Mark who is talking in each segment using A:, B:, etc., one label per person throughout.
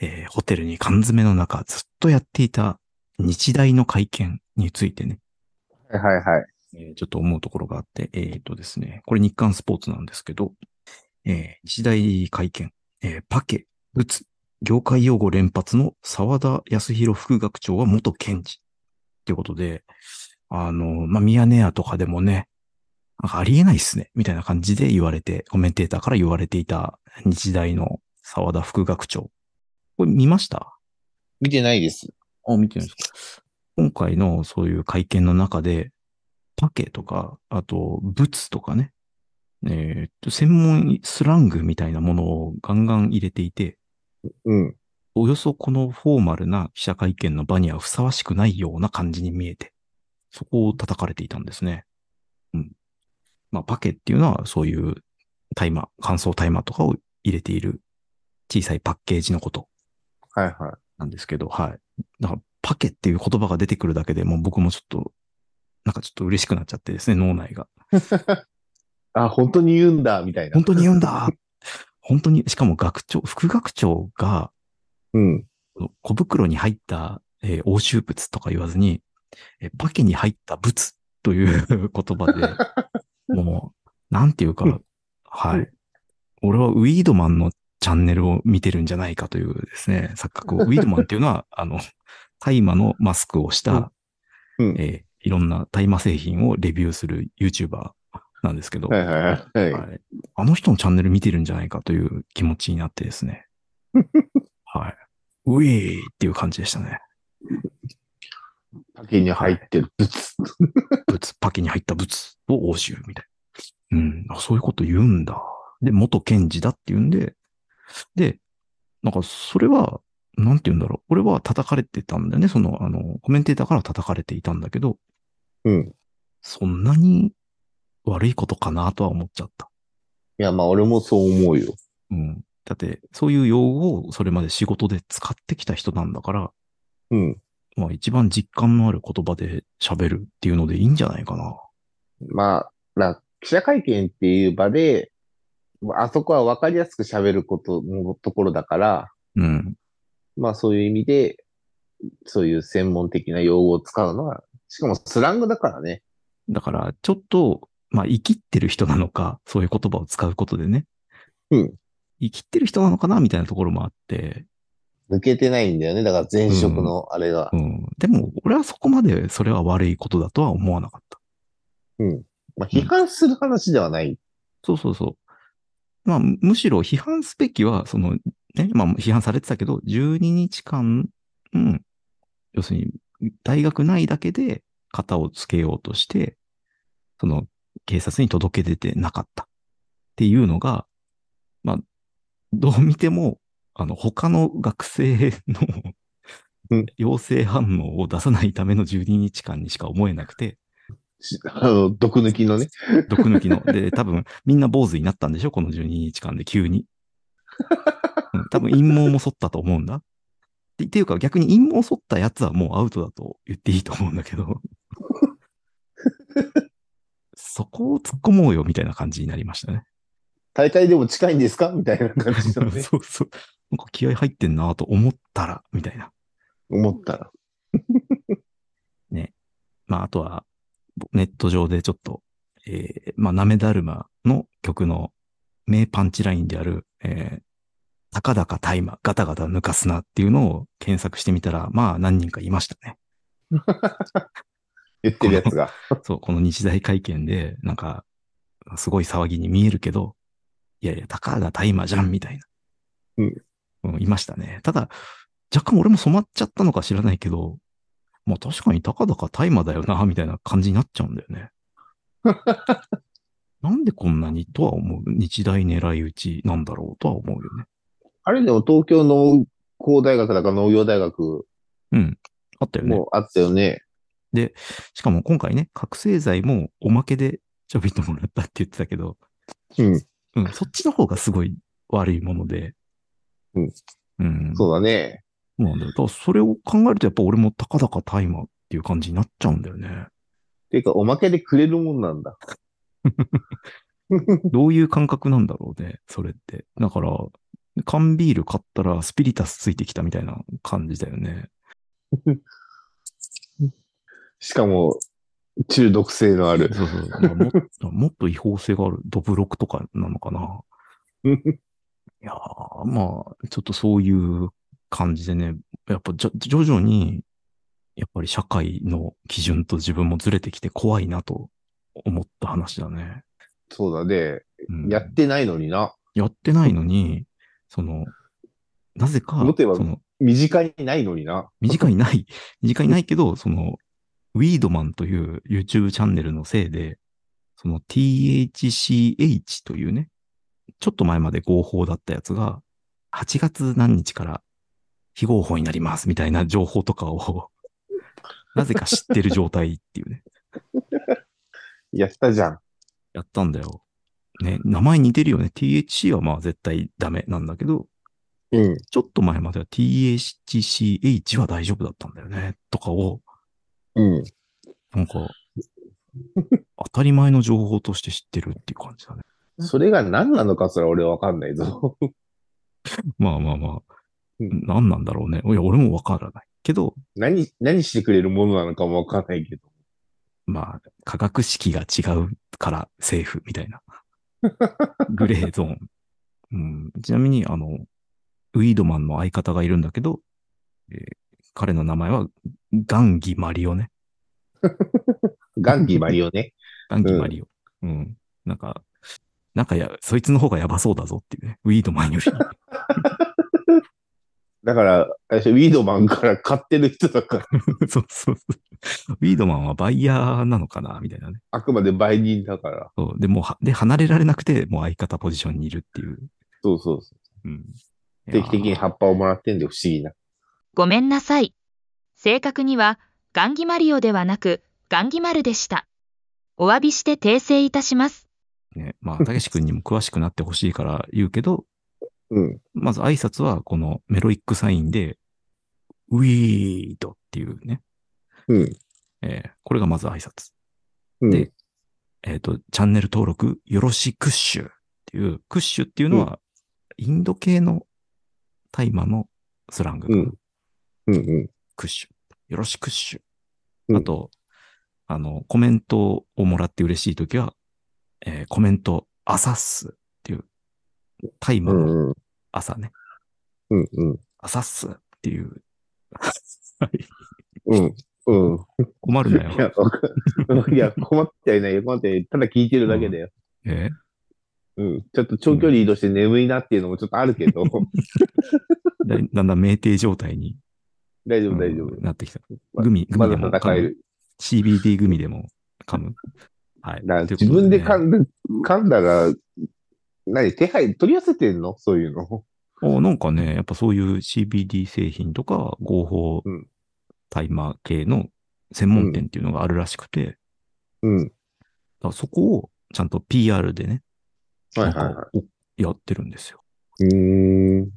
A: えーホテルに缶詰の中、ずっとやっていた日大の会見についてね、
B: はいはいはい。
A: えーちょっと思うところがあって、えー、とですね、これ日刊スポーツなんですけど、えー日大会見、えーパケ、ブツ、業界用語連発の沢田康弘副学長は元検事。っていうことで、あの、まあ、ミヤネ屋とかでもね、なんかありえないっすね、みたいな感じで言われて、コメンテーターから言われていた日大の沢田副学長。これ見ました
B: 見てないです。
A: あ、見てないですか。今回のそういう会見の中で、パケとか、あと、ブツとかね、えーっと、専門スラングみたいなものをガンガン入れていて、
B: うん。
A: およそこのフォーマルな記者会見の場にはふさわしくないような感じに見えて、そこを叩かれていたんですね。うん。まあ、パケっていうのはそういう大麻、乾燥大麻とかを入れている小さいパッケージのこと。
B: はいは
A: なんですけど、はい。だから、パケっていう言葉が出てくるだけでもう僕もちょっと、なんかちょっと嬉しくなっちゃってですね、脳内が。
B: い。あ、本当に言うんだ、みたいな。
A: 本当に言うんだ本当に、しかも学長、副学長が
B: うん。
A: 小袋に入った、えー押収物とか言わずに、えーパケに入った物という言葉で、 もう、なんていう
B: う
A: か
B: ん、
A: は
B: う
A: い。俺はウィードマンのチャンネルを見てるんじゃないかというですね、錯 覚を。ウィードマンっていうのは、あの、大麻のマスクをした、
B: うんうん
A: えーいろんな大麻製品をレビューする YouTuber なんですけど、
B: はいはいはい。
A: はい、あの人のチャンネル見てるんじゃないかという気持ちになってです ね。はい。ウィーっていう感じでしたね。
B: パケに入ってる。
A: ブツ、パケに入ったブツを押収みたいな。うん、あそういうこと言うんだ。で、元検事だって言うんで、で、なんかそれは、なんて言うんだろう。俺は叩かれてたんだよね。その、あの、コメンテーターから叩かれていたんだけど、
B: うん。
A: そんなに悪いことかなとは思っちゃった。
B: いや、まあ俺もそう思うよ。
A: うん。だって、そういう用語をそれまで仕事で使ってきた人なんだから、
B: うん。
A: まあ一番実感のある言葉で喋るっていうのでいいんじゃないかな。
B: まあ、な記者会見っていう場で、あそこは分かりやすく喋ることのところだから、
A: うん。
B: まあそういう意味で、そういう専門的な用語を使うのは、しかもスラングだからね。
A: だから、ちょっと、まあ、生きってる人なのか、そういう言葉を使うことでね。
B: うん。
A: 生きってる人なのかなみたいなところもあって。
B: 抜けてないんだよね。だから前職のあれが。
A: うん。でも、俺はそこまでそれは悪いことだとは思わなかった。
B: まあ批判する話ではない。
A: そうそうそう。まあ、むむしろ批判すべきは、その、ね、まあ、批判されてたけど、12日間、うん、要するに、大学内だけで型をつけようとして、その、警察に届け出てなかった。っていうのが、まあ、どう見ても、あの、他の学生の
B: うん、
A: 陽性反応を出さないための12日間にしか思えなくて、
B: しあの、毒抜きのね。
A: 毒抜きの。で、多分、みんな坊主になったんでしょこの12日間で急に。うん多分、陰謀も剃ったと思うんだ。ってっていうか、逆に陰謀剃ったやつはもうアウトだと言っていいと思うんだけど。そこを突っ込もうよ、みたいな感じになりましたね。
B: 大会でも近いんですかみたいな感じ だね。
A: そうそう。なんか気合入ってんなと思ったら、みたいな。
B: 思ったら。
A: まあ、あとは、ネット上でちょっと、えーまあ、なめだるまの曲の名パンチラインである、えー、たかだか大麻、ガタガタ抜かすなっていうのを検索してみたら、まあ、何人かいましたね。
B: 言ってるやつが。
A: そう、この日大会見で、なんか、すごい騒ぎに見えるけど、いやいや、たかが大麻じゃん、みたいな。
B: うん
A: うん。いましたね。ただ、若干俺も染まっちゃったのか知らないけど、まあ確かにたかだか大麻だよな、みたいな感じになっちゃうんだよ ね。なんでこんなにとは思う。日大狙い撃ちなんだろうとは思うよね。
B: あれでも東京農工大学だか農業大学
A: うん。あったよね。
B: もあったよね。
A: しかも今回ね、覚醒剤もおまけでちょびっともらったって言ってたけど、
B: うん。
A: うん、そっちの方がすごい悪いもので。
B: うん。
A: うん。そ
B: そうだね。
A: うなんだよ。だからそれを考えるとやっぱ俺もたかだか大麻っていう感じになっちゃうんだよね。
B: ていうか、おまけでくれるもんなん だ。
A: どういう感覚なんだろうね、それって。だから、缶ビール買ったらスピリタスついてきたみたいな感じだよね。
B: しかも、中毒性のある。
A: そうそう。まあももっと違法性があるドブロクとかなのかな。いやーまあ、ちょっとそういう感じでね、やっぱじょ徐々に、やっぱり社会の基準と自分もずれてきて怖いなと思った話だね。
B: そうだね。
A: うん、
B: やってないのにな。
A: やってないのに、その、なぜか、
B: 持てば
A: その、
B: 身近にないのにな。
A: 身近にない、身近にないけど、その、ウィードマンという YouTube チャンネルのせいで、その THCH というね、ちょっと前まで合法だったやつが、8月何日から非合法になりますみたいな情報とかを、なぜか知ってる状態っていうね、
B: やったじゃん。
A: やったんだよ。ね、名前似てるよね。THC はまあ絶対ダメなんだけど、
B: うん。
A: ちょっと前までは THCH は大丈夫だったんだよね、とかを、
B: うん。
A: なんか、当たり前の情報として知ってるっていう感じだね。
B: それが何なのかすら俺わかんないぞ。
A: まあまあまあ、
B: うん
A: 何なんだろうね。いや、俺もわからない。けど、
B: 何、何してくれるものなのかもわかんないけど。
A: まあ、科学式が違うからセーフみたいな。グレーゾーン。うん、ちなみに、あの、ウィードマンの相方がいるんだけど、えー彼の名前はガンギマリオね。
B: ガンディマリオね。
A: ガンギマリオ。うん。なんか、なんかや、そいつの方がやばそうだぞっていうね。ウィードマンより。
B: だから、あれでしょウィードマンから買ってる人だから、
A: そうそうそう。ウィードマンはバイヤーなのかなみたいなね。
B: あくまで売人だから。
A: そう。で、もうは、で、離れられなくて、もう相方ポジションにいるっていう。
B: そうそうそ
A: うん。
B: う。定期的
A: い
B: に
A: やー
B: 葉っぱをもらってんで不思議な。
C: ごめんなさい。正確には、ガンギマリオではなく、ガンギマルでした。お詫びして訂正いたします。
A: ね、まあ、たけし君にも詳しくなってほしいから 言うけど、
B: うん。
A: まず挨拶はこのメロイックサインで、ウィードっていうね。
B: うん。
A: えーこれがまず挨拶。
B: うん。
A: でえっ、と、チャンネル登録よろしくっしゅっていう、クッシュっていうのは、インド系の大麻のスラングか
B: う
A: な、
B: ん。うんうん。
A: クッシュ。よろしくっし
B: うん
A: ゅ。あと、あの、コメントをもらって嬉しいときは、えーコメント、朝っすっていう、タイマ
B: う
A: ーの
B: んうん。
A: 朝ね、
B: うんうん。
A: 朝っすっていう。はい
B: うん。うん。
A: 困るないよ。
B: や、わかいや困ってはいないよ。困ってないただ聞いてるだけだよ。
A: え
B: うん。ちょっと長距離移動して眠いなっていうのもちょっとあるけど、
A: ーだだんだん酩酊状態に、
B: 大丈
A: う
B: 夫
A: ん
B: 大丈夫。
A: なってきた。
B: ま
A: グミ、グ
B: ま
A: ミで
B: だ
A: も
B: 戦え
A: 噛む。
B: る。
A: CBD グミでも噛む。はい。
B: だから
A: という
B: 自
A: こと
B: 分
A: ね
B: で噛んだ、噛んだら、何、手配取り寄せてんのそういうの。
A: おなんかね、やっぱそういう CBD 製品とか合法
B: うん
A: タイマー系の専門店っていうのがあるらしくて、だか
B: うん。
A: らそこをちゃんと PR でね、
B: はい
A: な
B: は
A: ん
B: い
A: か
B: は
A: おやってるんですよ。
B: い。うーん。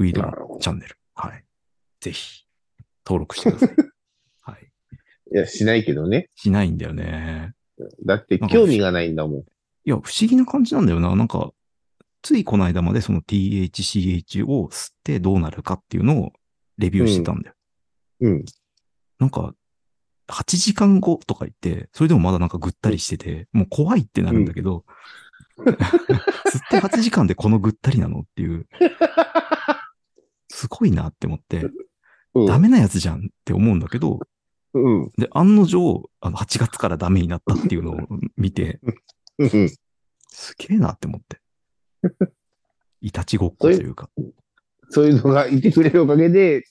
A: ウィード
B: な
A: の
B: るほど
A: チャンネル。はい。ぜひ、登録してくださ い。はい。
B: いや、しないけどね。
A: しないんだよね。
B: だって興味がないんだもん。
A: いや、不思議な感じなんだよな。なんか、ついこの間までその THCH を吸ってどうなるかっていうのをレビューしてたんだよ
B: うん。
A: なんか、8時間後とか言って、それでもまだなんかぐったりしてて、もう怖いってなるんだけど、ずっと8時間でこのぐったりなのっていう、すごいなって思って、
B: うん。
A: ダメなやつじゃんって思うんだけど、
B: うん。
A: で、案の定、あの、8月からダメになったっていうのを見て、
B: うん。
A: すげえなって思 って。いたちごっこというか。
B: そういうのがいてくれるおかげで、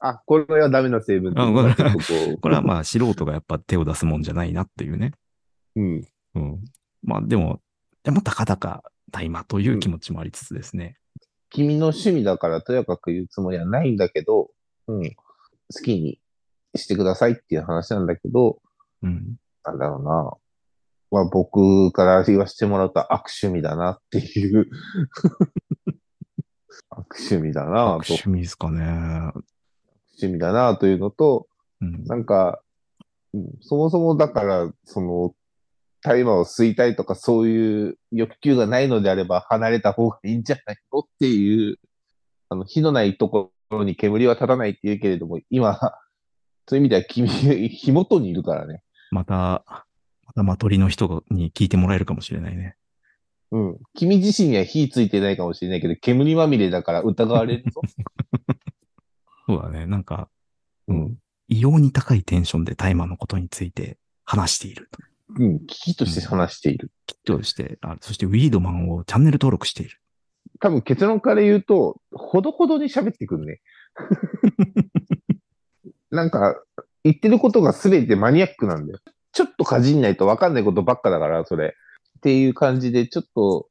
B: あ、これはダメな成分っていうのがちょっとこう
A: これはまあ素人がやっぱ手を出すもんじゃないなっていうね。
B: うん。
A: うん。まあでも、でもたかだか大麻という気持ちもありつつですね。
B: 君の趣味だからとやかく言うつもりはないんだけど、うん、好きにしてくださいっていう話なんだけど、
A: うん。
B: なんだろうな。まあ僕から言わせてもらうと悪趣味だなっていう。 悪趣味だなと、悪
A: 趣味ですかね。
B: 趣味だなというのと、
A: うん。
B: なんか、うんそもそもだから、その、大麻を吸いたいとかそういう欲求がないのであれば離れた方がいいんじゃないのっていう、あの、火のないところに煙は立たないって言うけれども、今、そういう意味では君、火元にいるからね。
A: また、またまとりの人に聞いてもらえるかもしれないね。
B: うん。君自身には火ついてないかもしれないけど、煙まみれだから疑われるぞ。
A: そうだね。なんか、
B: うん。
A: 異様に高いテンションで大麻のことについて話していると。
B: うん。危機として話している。
A: きっとして、あそしてウィードマンをチャンネル登録している。
B: 多分結論から言うと、ほどほどに喋ってくるね。なんか、言ってることが全てマニアックなんだよ。ちょっとかじんないと分かんないことばっかだから、それ。っていう感じで、ちょっと、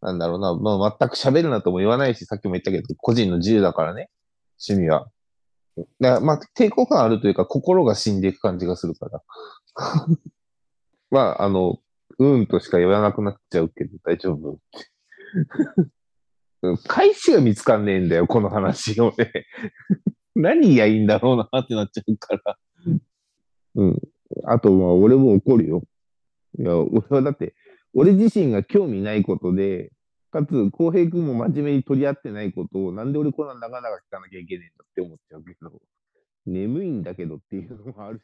B: なんだろうな、まあ、全く喋るなとも言わないし、さっきも言ったけど、個人の自由だからね、趣味は。だからまあ、抵抗感あるというか、心が死んでいく感じがするから。 まあ、あの、うんとしか言わなくなっちゃうけど、大丈夫。返しが見つかんねえんだよ、この話をね。 何言やいいんだろうなってなっちゃうから。うん。あと、まあ、俺も怒るよ。いや、俺はだって、俺自身が興味ないことで、かつ、浩平君も真面目に取り合ってないことを、なんで俺こんな長々聞かなきゃいけねえんだって思っちゃうけど、眠いんだけどっていうのもあるし